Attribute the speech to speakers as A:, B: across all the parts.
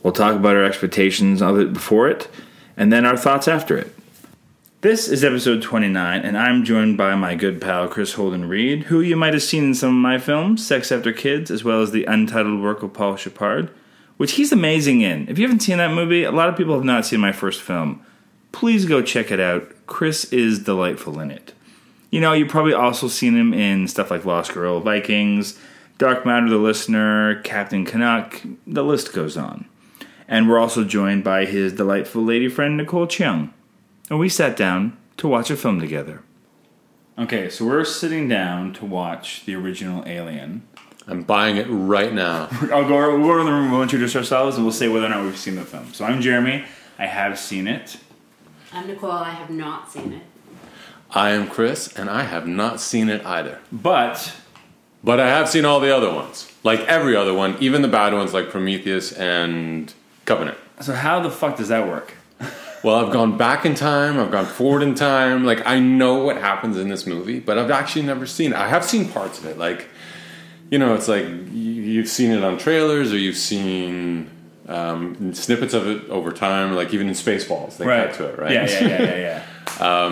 A: We'll talk about our expectations of it before it, and then our thoughts after it. This is episode 29, and I'm joined by my good pal Chris Holden Reed, who you might have seen in some of my films, Sex After Kids, as well as the untitled work of Paul Shepard, which he's amazing in. If you haven't seen that movie, a lot of people have not seen my first film. Please go check it out. Chris is delightful in it. You know, you've probably also seen him in stuff like Lost Girl, Vikings, Dark Matter, The Listener, Captain Canuck, the list goes on. And we're also joined by his delightful lady friend, Nicole Cheung and we sat down to watch a film together. Okay, so we're sitting down to watch the original Alien.
B: I'm buying it right now.
A: I'll go we'll go around the room, we'll introduce ourselves, and we'll say whether or not we've seen the film. So I'm Jeremy. I have seen it.
C: I'm Nicole. I have not seen it.
B: I am Chris, and I have not seen it either.
A: But
B: But I have seen all the other ones. Like every other one, even the bad ones like Prometheus and Covenant.
A: so how the fuck does that work?
B: Well, I've gone back in time, I've gone forward in time. Like, I know what happens in this movie, but I've actually never seen it. I have seen parts of it. Like, you know, it's like y- you've seen it on trailers or you've seen um, snippets of it over time, like even in Spaceballs, they cut to it, right?
A: Yeah, yeah, yeah, yeah, yeah.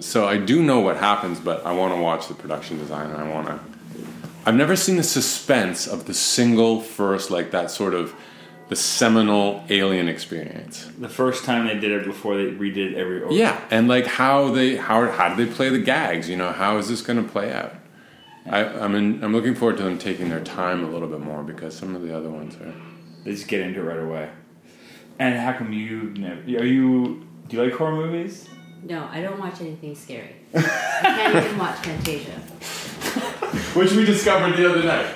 B: So I do know what happens, but I want to watch the production design. And I want to. I've never seen the suspense of the single first, like that sort of the seminal alien experience.
A: the first time they did it before they redid it every oh, over.
B: Yeah, and like how they how how do they play the gags? You know, how is this going to play out? I, I'm in, I'm looking forward to them taking their time a little bit more because some of the other ones are.
A: They just get into it right away. And how come you never are you do you like horror movies?
C: No, I don't watch anything scary. I can't even watch Fantasia.
B: Which we discovered the other night.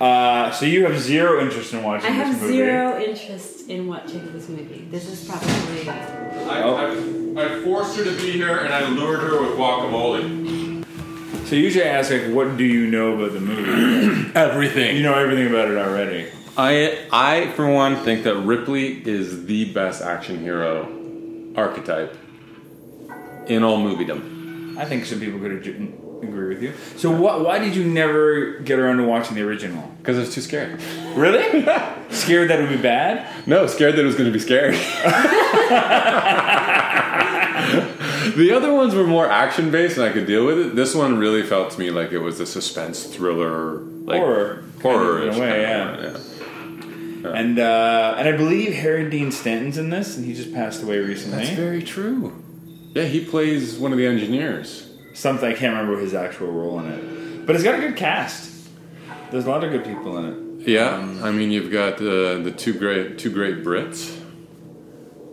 A: Uh, so you have zero interest in watching
C: I have
A: this movie.
C: zero interest in watching this movie. This is probably.
B: I, I, I forced her to be here, and I lured her with guacamole.
A: So usually I ask like, what do you know about the movie?
B: Everything.
A: you know everything about it already.
B: I, I for one think that Ripley is the best action hero archetype in all moviedom.
A: I think some people could ag- agree with you. So wh- why did you never get around to watching the original?
B: Because it's too scary.
A: Really? Scared that it would be bad?
B: No, scared that it was going to be scary. the other ones were more action based, and I could deal with it. This one really felt to me like it was a suspense thriller, like
A: Horror. Kind
B: horror
A: of, in a way, And uh, and I believe Harry Dean Stanton's in this, and he just passed away recently.
B: That's very true. Yeah, he plays one of the engineers.
A: Something I can't remember his actual role in it, but it's got a good cast. There's a lot of good people in it.
B: Yeah, I mean you've got the the two great two great Brits.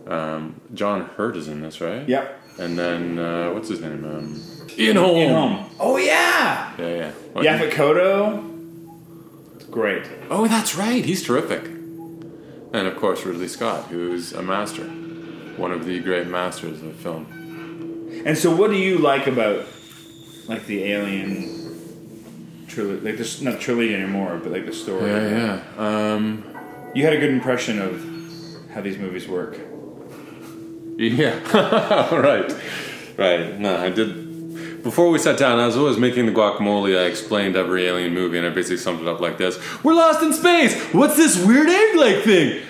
B: Um, John Hurt is in this, right?
A: Yep.
B: And then uh, what's his name? Um, Ian Holm.
A: In home. Oh yeah.
B: Yeah, yeah. Well, he-
A: Yaphet Kotto. Great.
B: oh, that's right. He's terrific. And of course Ridley Scott, who's a master, one of the great masters of film.
A: And so, what do you like about like the Alien trilogy? Like this, not trilogy anymore, but like the story.
B: Yeah, yeah. Um,
A: You had a good impression of how these movies work.
B: Yeah. right. Right. No, I did. Before we sat down, as I was making the guacamole, I explained every alien movie, and I basically summed it up like this: We're lost in space. What's this weird egg-like thing?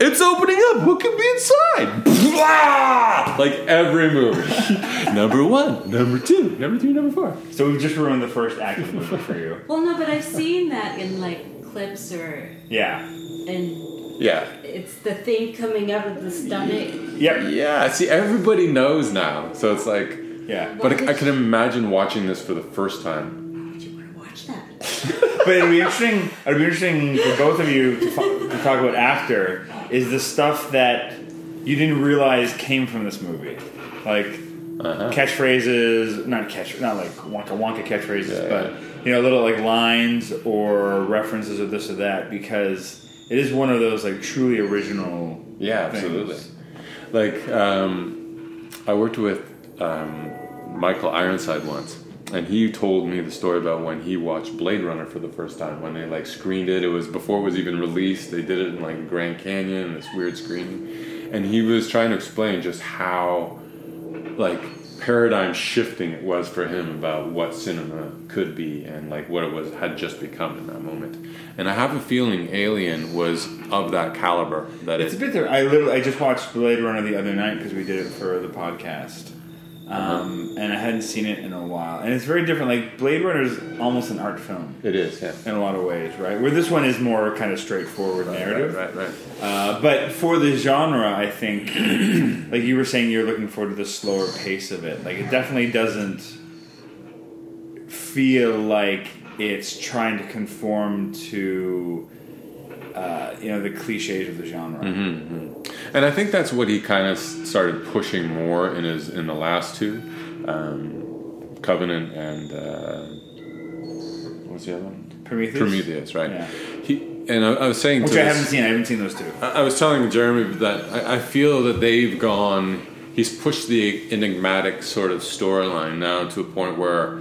B: It's opening up. What could be inside? Blah! Like every movie. number one, number two, number three, number four.
A: So we've just ruined the first act of the movie for you.
C: Well, no, but I've seen that in like clips or.
A: Yeah.
C: And
B: Yeah.
C: it's the thing coming out of the stomach.
A: Yep.
B: Yeah. See, everybody knows now, so it's like.
A: Yeah.
B: But I, I can imagine watching this for the first time.
C: Would you want to watch that?
A: But it'd be interesting. It'd be interesting for both of you to, fu- to talk about after is the stuff that you didn't realize came from this movie, like
B: Uh-huh.
A: catchphrases, not catch, not like wonka wonka catchphrases,
B: Yeah,
A: but you know, little like lines or references or this or that because It is one of those like truly original.
B: Yeah, absolutely. Like, um, I worked with um, Michael Ironside once, and he told me the story about when he watched Blade Runner for the first time. When they like screened it, it was before it was even released. They did it in like Grand Canyon, this weird screening, and he was trying to explain just how like paradigm shifting it was for him about what cinema could be and like what it was had just become in that moment. And I have a feeling Alien was of that caliber. That
A: It's a
B: it,
A: bit. There. I literally I just watched Blade Runner the other night because we did it for the podcast, um,
B: Uh-huh.
A: and I hadn't seen it in a while. And it's very different. Like Blade Runner is almost an art film
B: it is, yeah.
A: in a lot of ways, right? Where this one is more kind of straightforward narrative.
B: Right, right, right.
A: Uh, but for the genre, I think, like you were saying, you're looking forward to the slower pace of it. Like it definitely doesn't feel like it's trying to conform to, uh, you know, the cliches of the genre.
B: Mm-hmm. And I think that's what he kind of started pushing more in his in the last two, um, Covenant and uh, what's the other one?
A: Prometheus.
B: Prometheus, right?
A: Yeah.
B: He and I, I was saying
A: Which
B: to
A: I
B: this-
A: haven't seen. I haven't seen those two.
B: I I was telling Jeremy that I, I feel that they've gone. He's pushed the enigmatic sort of storyline now to a point where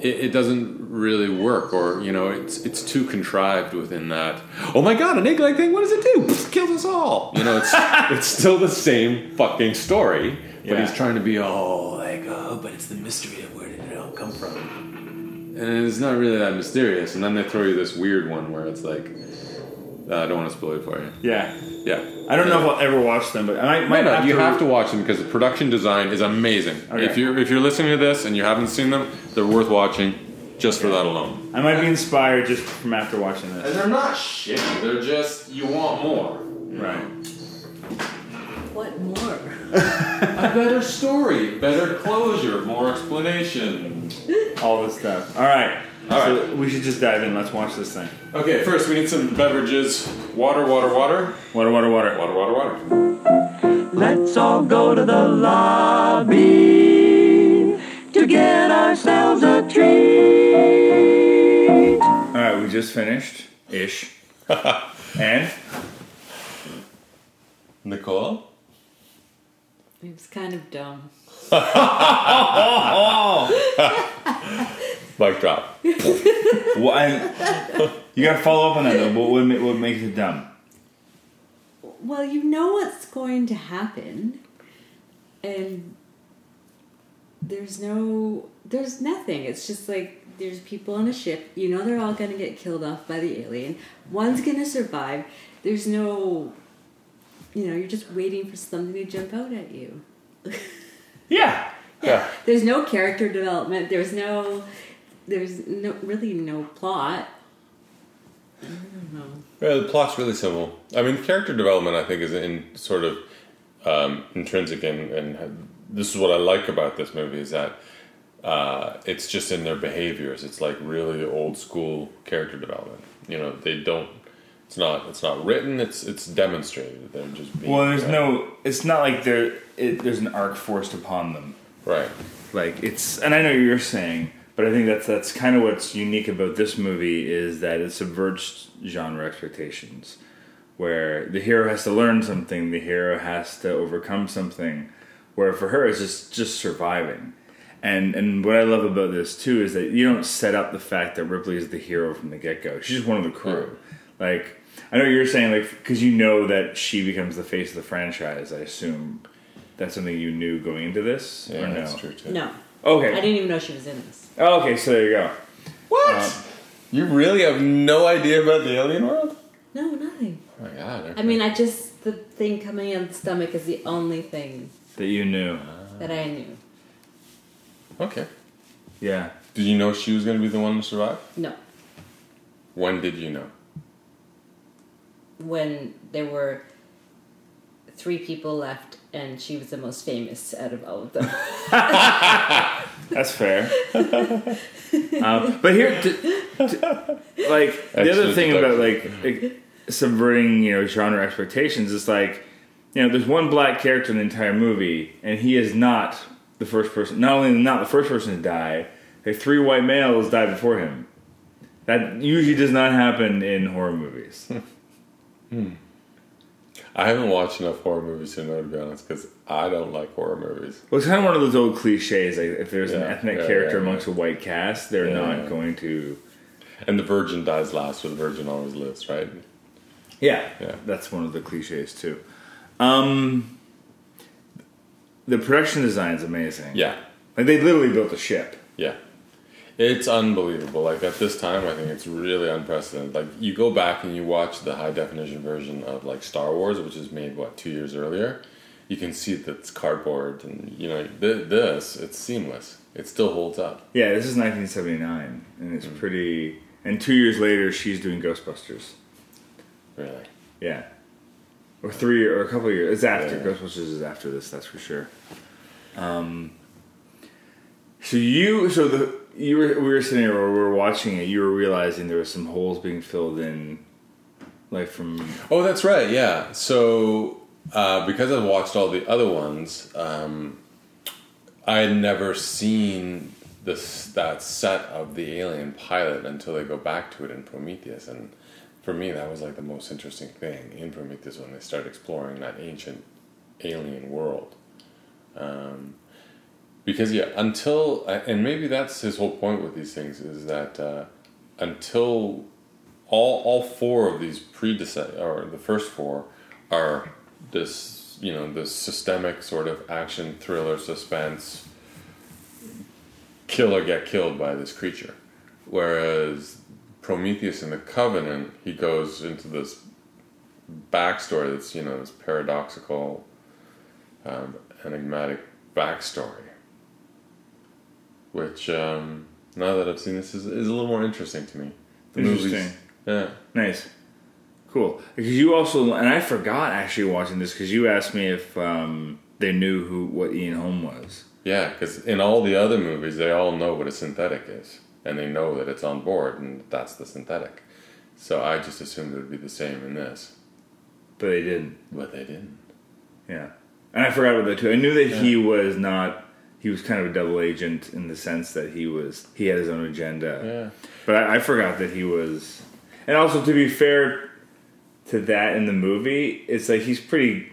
B: it, it doesn't really work, or you know, it's it's too contrived within that. Oh my god, an egg-like thing! What does it do? Pfft, Kills us all. You know, it's it's still the same fucking story, but
A: Yeah.
B: he's trying to be all like, oh, but it's the mystery of where did it all come from and it's not really that mysterious. And then they throw you this weird one where it's like, uh, I don't want to spoil it for you.
A: Yeah.
B: Yeah,
A: I don't know if I'll ever watch them, but I might.
B: No,
A: might
B: no,
A: have
B: you
A: to,
B: have to watch them because the production design is amazing.
A: Okay.
B: If you're if you're listening to this and you haven't seen them, they're worth watching just for that alone.
A: I might be inspired just from after watching this.
B: they're not shitty. They're just you want more.
A: Right.
C: What more?
B: A better story, better closure, more explanation.
A: All this stuff. All right.
B: All
A: so we should just dive in. Let's watch this thing.
B: Okay, first we need some beverages. Water, water, water.
A: Water, water, water.
B: Water, water, water.
D: Let's all go to the lobby to get ourselves a treat.
A: All right, we just finished ish, and
B: Nicole.
C: It was kind of dumb.
B: Mic drop.
A: well, I'm- you got to follow up on that though. What would ma- what makes it dumb?
C: Well, you know what's going to happen, and there's no, there's nothing. It's just like there's people on a ship. You know they're all going to get killed off by the alien. One's going to survive. There's no, you know, you're just waiting for something to jump out at you.
A: Yeah,
B: Yeah.
C: There's no character development. There's no, there's no really no plot.
B: Yeah, the plot's really simple. I mean, character development, I think, is in sort of um, intrinsic, and, and this is what I like about this movie is that uh, it's just in their behaviors. It's like really old school character development. You know, they don't. It's not. It's not written. It's it's demonstrated. They're just being.
A: Well, there's no. It's not like there. It, there's an arc forced upon them.
B: right.
A: Like it's, and I know what you're saying, but I think that's that's kind of what's unique about this movie is that it subverts genre expectations, where the hero has to learn something, the hero has to overcome something, where for her it's just just surviving. And and what I love about this too is that you don't set up the fact that Ripley is the hero from the get go. She's just one of the crew. Like I know you're saying like because you know that she becomes the face of the franchise. I assume that's something you knew going into this.
B: Yeah,
A: or no?
B: that's true too.
C: No, I
A: Okay.
C: didn't even know she was in this.
A: Oh, okay, so there you go.
B: What?
A: Um,
B: you really have no idea about the alien world?
C: No, nothing.
B: Oh my god.
C: I mean, I just the thing coming in the stomach is the only thing
A: That you knew.
C: that I knew.
B: okay.
A: Yeah.
B: Did you know she was going to be the one to survive?
C: No,
B: When did you know?
C: when there were three people left, and she was the most famous out of all of them.
A: That's fair. um, but here, t- t- like the other
B: Excellent
A: thing about like ex- subverting you know genre expectations is like you know there's one black character in the entire movie and he is not the first person. Not only not the first person to die, like three white males die before him. That usually does not happen in horror movies.
B: I haven't watched enough horror movies to know, to be honest, because I don't like horror movies.
A: Well, it's kind of one of those old cliches. Like if there's an
B: Yeah,
A: ethnic
B: yeah,
A: character
B: yeah,
A: amongst a white cast, they're
B: Yeah,
A: not
B: yeah.
A: going to.
B: And the virgin dies last, so the virgin always lives, right?
A: Yeah,
B: Yeah.
A: that's one of the cliches too. Um, the production design's amazing.
B: Yeah,
A: like they literally built a ship.
B: yeah. It's unbelievable. Like at this time, I think it's really unprecedented. Like you go back and you watch the high definition version of like Star Wars, which is made what two years earlier. You can see that it's cardboard, and you know th- this. It's seamless. It still holds up.
A: Yeah, this is 1979, and it's
B: Mm.
A: pretty. And two years later, she's doing Ghostbusters.
B: Really.
A: Yeah, or three, or a couple of years. It's after
B: Yeah.
A: Ghostbusters is after this, that's for sure. Um. So you, so the you were we were sitting here, or we were watching it. You were realizing there was some holes being filled in, like from
B: Oh, that's right. Yeah. So uh, because I've watched all the other ones, um, I had never seen this that set of the alien pilot until they go back to it in Prometheus, and for me, that was like the most interesting thing in Prometheus when they start exploring that ancient alien world. Um, because yeah, until and maybe that's his whole point with these things is that uh, until all all four of these predecessors, or the first four, are this you know this systemic sort of action thriller suspense kill or get killed by this creature, whereas Prometheus in the Covenant he goes into this backstory that's you know this paradoxical, um, enigmatic backstory, which um, now that I've seen this is, is a little more interesting to me. The
A: Interesting.
B: yeah.
A: Nice. Cool. Because you also, and I forgot actually watching this because you asked me if um, they knew who what Ian Holm was.
B: Yeah, because in all the other movies, they all know what a synthetic is, and they know that it's on board, and that's the synthetic. So I just assumed it would be the same in this,
A: But they didn't.
B: but they didn't.
A: Yeah. And I forgot about that too. I knew that he was not, he was kind of a double agent in the sense that he was, he had his own agenda.
B: Yeah,
A: But I, I forgot that he was. And also, to be fair to that in the movie, it's like he's pretty.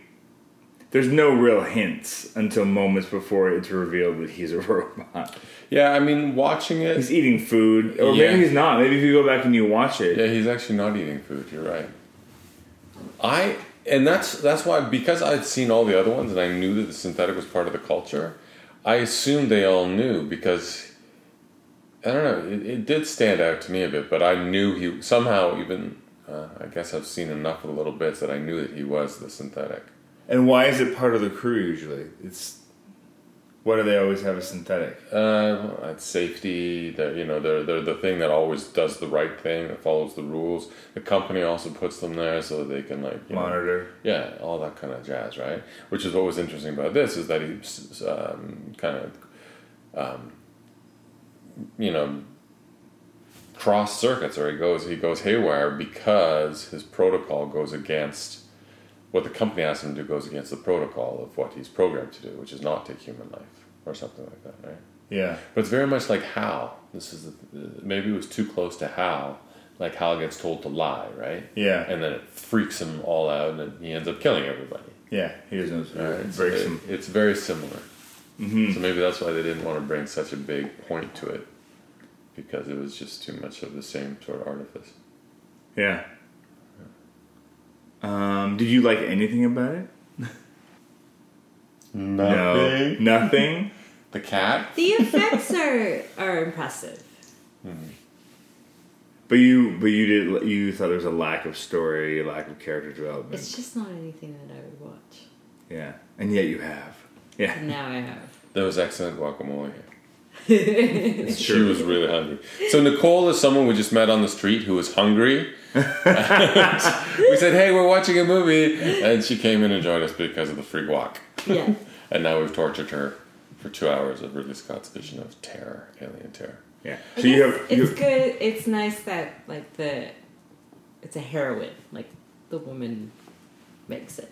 A: There's no real hints until moments before it's revealed that he's a robot.
B: yeah. I mean, watching
A: He's
B: it,
A: eating food, or
B: Yeah.
A: maybe he's not. Maybe if you go back and you watch it,
B: yeah, he's actually not eating food. You're right. I and that's that's why because I'd seen all the other ones and I knew that the synthetic was part of the culture. I assumed they all knew because I don't know. It, it did stand out to me a bit, but I knew he somehow even. Uh, I guess I've seen enough of the little bits that I knew that he was the synthetic.
A: and why is it part of the crew usually? It's why do they always have a synthetic?
B: Uh, well, it's safety. They're you know they're they're the thing that always does the right thing that follows the rules. The company also puts them there so that they can like you know,
A: Monitor.
B: Yeah, all that kind of jazz, right? Which is what was interesting about this is that he s- um, kind of, um, you know, cross circuits or he goes he goes haywire because his protocol goes against what the company asks him to do goes against the protocol of what he's programmed to do, which is not take human life or something like that, right?
A: Yeah.
B: But it's very much like Hal. This is the, maybe it was too close to Hal. Like Hal gets told to lie, right?
A: Yeah.
B: And then it freaks him all out, and then he ends up killing everybody.
A: Yeah. He doesn't know.
B: It's,
A: breaks
B: it-
A: him.
B: it's very similar. Mm-hmm. So maybe that's why they didn't want to bring such a big point to it, because it was just too much of the same sort of artifice.
A: Yeah. Um, did you like anything about it? No. Nothing.
B: The cat.
C: The effects are are impressive.
A: But you, but you did. You thought there was a lack of story, lack of character development.
C: It's just not anything that I would watch.
A: Yeah, and yet you have. Yeah,
C: And now I have.
B: That was excellent guacamole.
A: it's
B: She was really hungry. So Nicole is someone we just met on the street who was hungry. we said, "Hey, we're watching a movie," and she came in and joined us because of the free guac.
C: Yeah.
B: And now we've tortured her for two hours of Ridley Scott's vision of terror, alien terror.
A: Yeah.
C: I
A: So you
C: guess
A: have.
C: it's
A: You,
C: good. It's nice that like the it's a heroine. Like the woman makes it.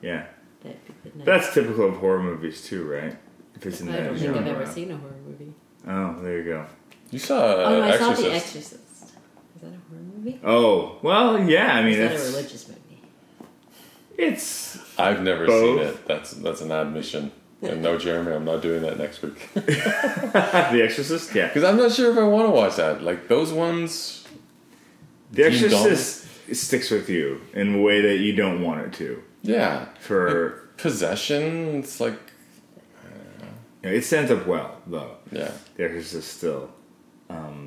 A: yeah.
C: That'd be nice.
A: That's typical of horror movies too, right? If it's in
C: I
A: that
C: don't think
A: genre.
C: I've ever seen a horror movie.
A: Oh, there you go.
B: You saw uh,
C: oh, no, I saw
B: Exorcist.
C: The Exorcist. Was that a horror movie?
A: Oh, well, yeah. I mean,
C: Is that a
A: it's,
C: religious movie?
A: it's
B: I've never
A: Both.
B: seen it. That's that's an admission. And no, Jeremy, I'm not doing that next week because
A: The Exorcist. Yeah,
B: I'm not sure if I want to watch that. Like those ones,
A: The
B: Dean
A: Exorcist sticks with you in a way that you don't want it to.
B: yeah.
A: For
B: Possession, it's like
A: you know, it stands up well though.
B: yeah.
A: The Exorcist still. Um,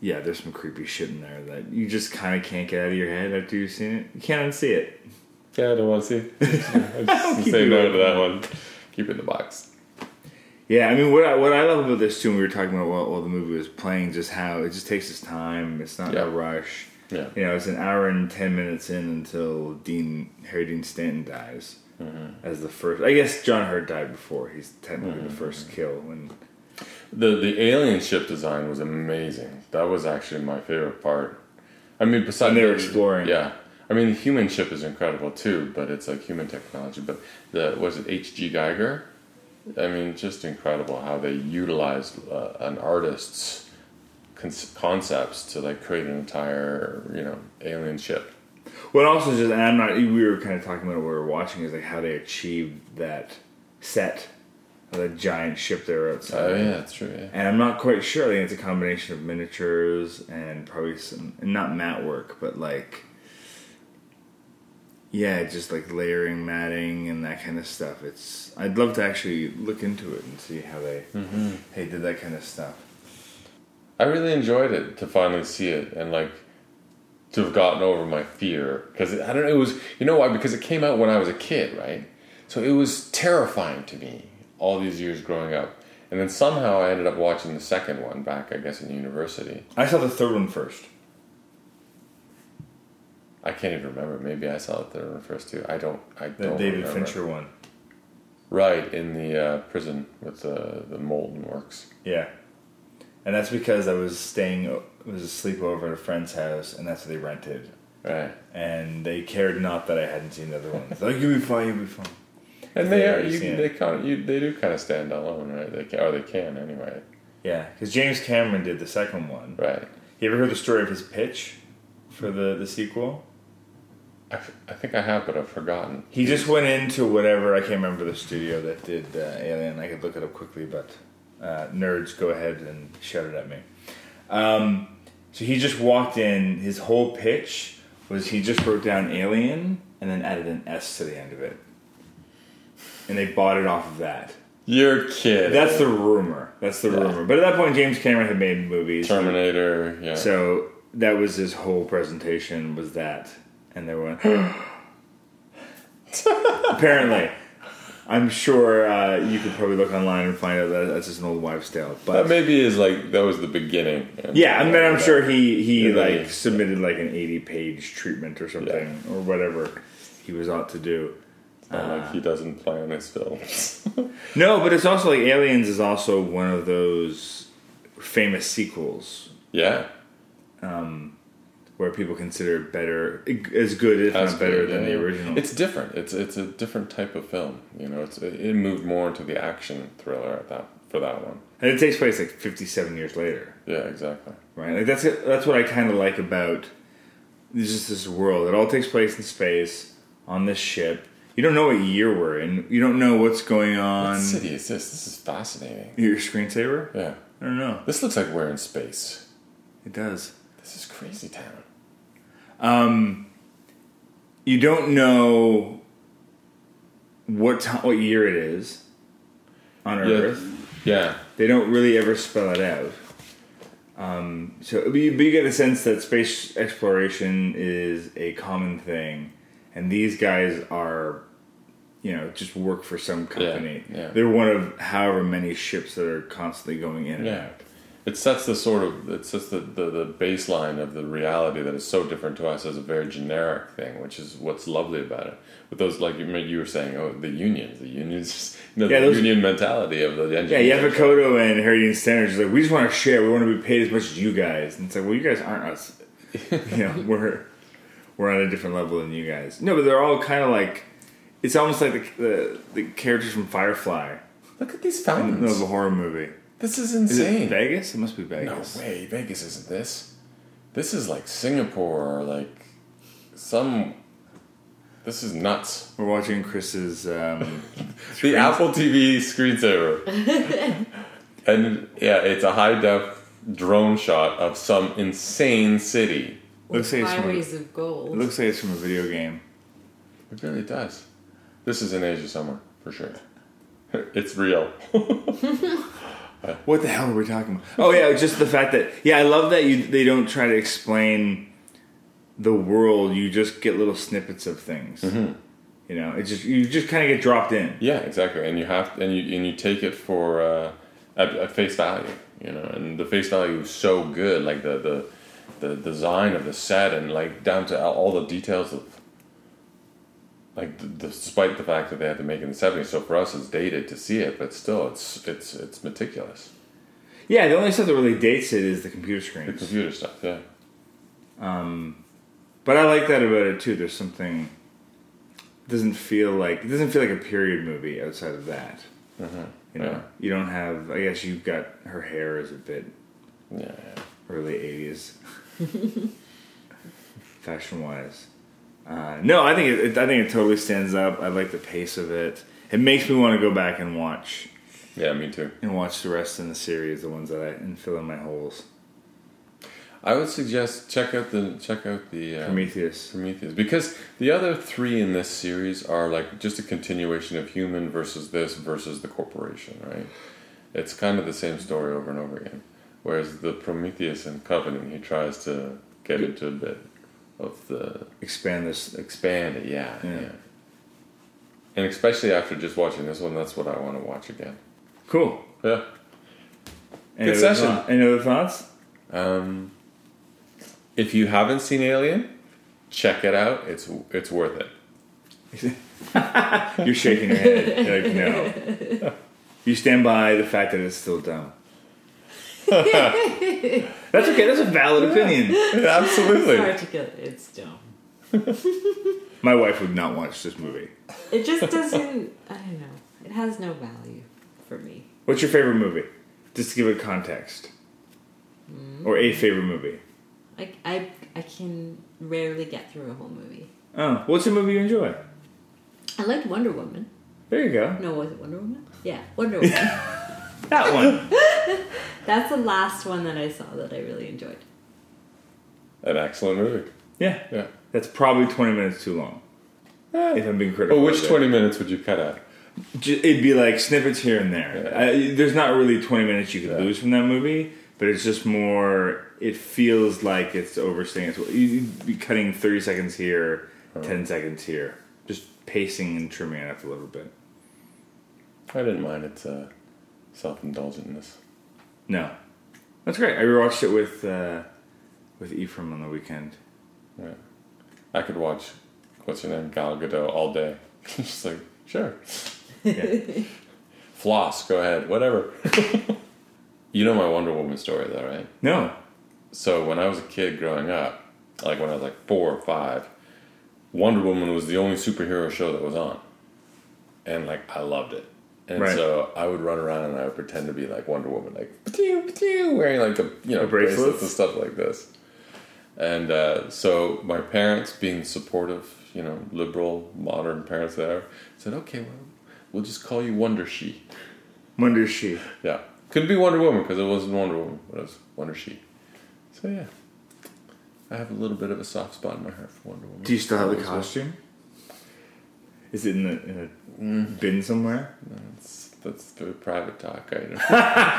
A: yeah, there's some creepy shit in there that you just kind of can't get out of your head after you've seen it. You can't unsee it.
B: Yeah, I don't want to see. I just
A: keep
B: say
A: you
B: no
A: away
B: to that one. Keep it in the box.
A: Yeah, I mean, what I, what I love about this too, and we were talking about while, while the movie was playing, just how it just takes its time. It's not
B: Yeah.
A: a rush.
B: Yeah.
A: You know, it's an hour and ten minutes in until Dean Harry Dean Stanton dies as the first. I guess John Hurt died before. He's technically the first kill. When
B: The the alien ship design was amazing. That was actually my favorite part. I mean, besides
A: And they were
B: the-
A: exploring.
B: Yeah, I mean, the human ship is incredible too, but it's like human technology. But the was it H.G. Geiger? I mean, just incredible how they utilized uh, an artist's con- concepts to like create an entire you know alien ship.
A: what also just and I'm not. We were kind of talking about it while we were watching is like how they achieved that set of that giant ship they were outside.
B: Oh yeah, that's true. Yeah.
A: and I'm not quite sure. I think it's a combination of miniatures and probably some not mat work, but like yeah, just like layering matting and that kind of stuff. It's I'd love to actually look into it and see how they
B: Mm-hmm.
A: they did that kind of stuff.
B: I really enjoyed it to finally see it and like to have gotten over my fear because I don't know it was you know why because it came out when I was a kid right so it was terrifying to me all these years growing up and then somehow I ended up watching the second one back I guess in university
A: I saw the third one first.
B: I can't even remember maybe I saw the third one first too I don't Oh I
A: The
B: don't
A: David
B: remember.
A: Fincher one.
B: right in the uh, prison with the the Molten Works
A: Yeah. And that's because I was staying I was asleep over at a friend's house and that's what they rented.
B: right
A: And they cared not that I hadn't seen the other ones. Like Oh, you'll be fine, you'll be fine.
B: and they
A: Yeah,
B: are
A: I've
B: you,
A: seen
B: they kind of, you, they do kind of stand alone right they can, or they can anyway
A: Yeah, because James Cameron did the second one.
B: right
A: You ever heard the story of his pitch for the, the sequel?
B: I, f- I think I have, but I've forgotten.
A: He just went into whatever, I can't remember the studio that did uh, Alien. I could look it up quickly, but uh, nerds, go ahead and shout it at me. Um, so he just walked in, his whole pitch was he just wrote down Alien and then added an S to the end of it. And they bought it off of that.
B: You're kidding.
A: That's the rumor. That's the rumor. But at that point, James Cameron had made movies.
B: Terminator. Yeah.
A: So that was his whole presentation was that, and they went. Apparently, I'm sure uh, you could probably look online and find out that that's just an old wives' tale.
B: that
A: But
B: maybe is like that was the beginning. And-
A: yeah, I mean, I'm sure he he
B: Yeah,
A: like
B: yeah.
A: submitted like an 80 page treatment or something or whatever he was ought to do.
B: It's not like he doesn't plan his films.
A: No, but it's also like Aliens is also one of those famous sequels
B: yeah.
A: where people consider it better as good if
B: That's
A: not better
B: good,
A: than
B: yeah.
A: the original.
B: It's different. It's it's a different type of film. You know, it's it moved more into the action thriller at that for that one.
A: And it takes place like 57 years later,
B: Yeah, exactly.
A: right? Like that's that's what I kind of like about there's just this world. It all takes place in space on this ship. You don't know what year we're in. You don't know what's going on.
B: What city is this? This is fascinating.
A: Your screensaver?
B: Yeah.
A: I don't know.
B: This looks like we're in space.
A: It does.
B: This is crazy town.
A: You don't know what ti what year it is on
B: Yeah.
A: Earth.
B: Yeah.
A: They don't really ever spell it out. Um, so, but you, but you get a sense that space exploration is a common thing, and these guys are, you know, just work for some company.
B: yeah.
A: They're one of however many ships that are constantly going in. and
B: Yeah.
A: out.
B: It sets the sort of it sets the, the, the baseline of the reality that is so different to us as a very generic thing, which is what's lovely about it. With those like you you were saying, oh the unions, the unions, just, you know,
A: Yeah,
B: the
A: those-
B: union mentality of the
A: Yeah,
B: engineers.
A: Yamakoto and Harry Dean Stanton are just like, we just want to share. We want to be paid as much as you guys. And it's like, well, you guys aren't us. you know, we're we're on a different level than you guys. No, but they're all kind of like, it's almost like the, the the characters from Firefly.
B: Look at these
A: No,
B: fountains.
A: the horror movie.
B: This is
A: Is it
B: insane.
A: Vegas? It must be
B: no
A: Vegas.
B: way, Vegas isn't this. This is like Singapore or like some. This is nuts.
A: We're watching Chris's. Um,
B: The Apple TV screensaver. and yeah, it's a high def drone shot of some insane city.
A: looks like it's from.
C: Highways
A: It
C: of gold.
A: looks like it's from a video game.
B: It really does. This is in Asia somewhere, for sure. It's real.
A: What the hell were we talking about? Oh yeah, just the fact that yeah, I love that you they don't try to explain the world. You just get little snippets of things. You know, it just you just kind of get dropped in.
B: Yeah, exactly. And you have and you and you take it for uh, at, at face value, you know. And the face value is so good, like the the the design of the set and like down to all- all the details of like d- despite the fact that they had to make it in the 70s so for us it's dated to see it but still it's it's it's meticulous
A: Yeah, the only stuff that really dates it is the computer
B: the
A: screens.
B: computer stuff yeah
A: But I like that about it too. There's something it doesn't feel like it doesn't feel like a period movie outside of that. You know,
B: Yeah.
A: you don't have. I guess you've got her hair is a bit
B: yeah, yeah.
A: early '80s, fashion wise. Uh, no, I think it, it, I think it totally stands up. I like the pace of it. It makes me want to go back and watch
B: yeah me too
A: and watch the rest in the series, the ones that I and fill in my holes.
B: i would suggest check out the check out the uh,
A: Prometheus.
B: Prometheus. Because the other three in this series are like just a continuation of human versus this versus the corporation, right? It's kind of the same story over and over again. Whereas the Prometheus in Covenant, he tries to get into a bit of the
A: Expand this. Ex-
B: expand it, yeah,
A: Yeah.
B: yeah. And especially after just watching this one, that's what I want to watch again.
A: cool.
B: Yeah.
A: Any
B: Good
A: other
B: session.
A: thou- Any other thoughts?
B: Um, if you haven't seen Alien, check it out. It's it's worth it.
A: You're shaking your head. You're like, no. You stand by the fact that it's still dumb. that's okay. That's a valid opinion.
B: Absolutely.
C: It's hard to get. It's dumb.
A: My wife would not watch this movie.
C: It just doesn't. I don't know. It has no value for me.
A: What's your favorite movie? Just to give it context. Or a favorite movie.
C: Like I, I can rarely get through a whole movie.
A: Oh, what's a movie you enjoy?
C: I liked Wonder Woman.
A: There you go.
C: No, was it Wonder Woman? Yeah, Wonder Woman.
A: That one.
C: That's the last one that I saw that I really enjoyed.
B: An excellent movie.
A: Yeah.
B: Yeah.
A: That's probably 20 minutes too long. If I'm being critical.
B: But Eh. Oh, which
A: of it.
B: 20 minutes would you cut out?
A: J- It'd be like snippets here and there. I, there's not really 20 minutes you could
B: Yeah.
A: lose from that movie, but it's just more. It feels like it's overstaying. It's, you'd be cutting 30 seconds here,
B: Uh-huh.
A: 10 seconds here, just pacing and trimming it up a little bit.
B: I didn't mind its uh, self indulgentness.
A: No, that's great. I rewatched it with uh, with Ephraim on the weekend.
B: Yeah. I could watch, what's her name, Gal Gadot all day. Just like, sure.
A: Yeah.
B: Floss, go ahead, whatever. you know my Wonder Woman story, though, right?
A: No,
B: So when I was a kid growing up, like when I was like four or five, Wonder Woman was the only superhero show that was on, and like I loved it. And
A: Right.
B: so I would run around and I would pretend to be like Wonder Woman, like "Ptew, ptew," wearing like the you know
A: The bracelets?
B: bracelets and stuff like this. And uh, so my parents, being supportive, you know, liberal, modern parents that are, said, "Okay, well, we'll just call you Wonder She."
A: wonder she.
B: Yeah, couldn't be Wonder Woman because it wasn't Wonder Woman, but it was Wonder She. So yeah, I have a little bit of a soft spot in my heart for Wonder Woman.
A: Do you still have the
B: As well.
A: costume? Is it in, the, in a bin somewhere?
B: That's, that's the private talk. I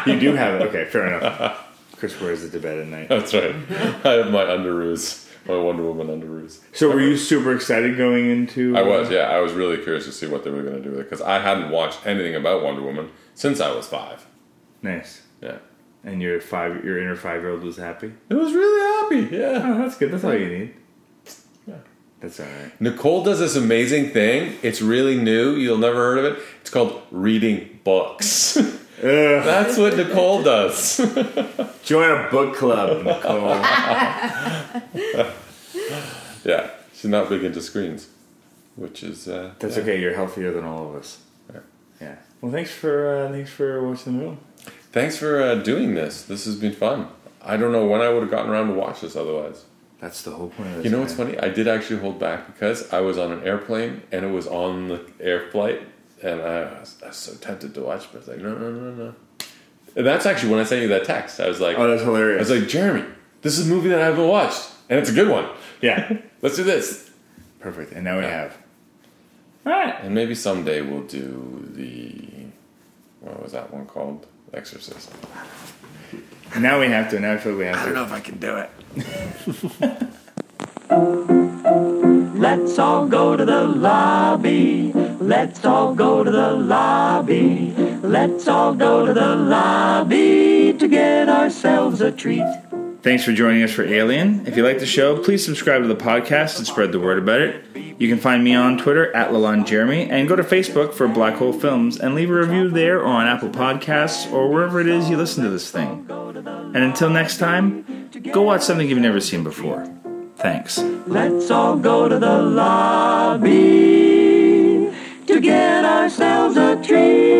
B: know.
A: You do have it. Okay, fair enough. Chris wears it to bed at night.
B: that's right. I have my underoos, my Wonder Woman underoos.
A: So were you super excited going into? uh,
B: I was, yeah, I was really curious to see what they were going to do with it because I hadn't watched anything about Wonder Woman since I was five.
A: Nice.
B: Yeah,
A: And your five, your inner five-year-old was happy.
B: it was really happy. Yeah.
A: Oh, that's good. That's all you need.
B: Yeah.
A: That's all right.
B: Nicole does this amazing thing. It's really new. You'll never heard of it. It's called reading books.
A: Ugh.
B: That's what Nicole does.
A: Join a book club, Nicole.
B: yeah, she's not big into screens, which is uh,
A: That's
B: yeah.
A: okay. You're healthier than all of us.
B: Right.
A: Yeah. Well, thanks for uh, thanks for watching the film.
B: Thanks for uh, doing this. This has been fun. I don't know when I would have gotten around to watch this otherwise.
A: That's the whole point. Of this
B: You know what's funny? I did actually hold back because I was on an airplane and it was on the air flight, and I was, I was so tempted to watch, but I was like, no, no, no, no. And that's actually when I sent you that text. I was like,
A: Oh, that's hilarious.
B: I was like, Jeremy, this is a movie that I haven't watched, and it's a good one.
A: yeah,
B: Let's do this.
A: perfect. And now we
B: Yeah.
A: have. All right.
B: And maybe someday we'll do the what was that one called? Exorcist.
A: Now we have to. Now I feel we have to.
B: know if I can do it.
D: Let's all go to the lobby. Let's all go to the lobby. Let's all go to the lobby to get ourselves a treat.
A: Thanks for joining us for Alien. If you like the show, please subscribe to the podcast and spread the word about it. You can find me on Twitter at Lalon Jeremy and go to Facebook for Black Hole Films and leave a review there or on Apple Podcasts or wherever it is you listen to this thing. And until next time, go watch something you've never seen before. Thanks.
D: Let's all go to the lobby to get ourselves a treat.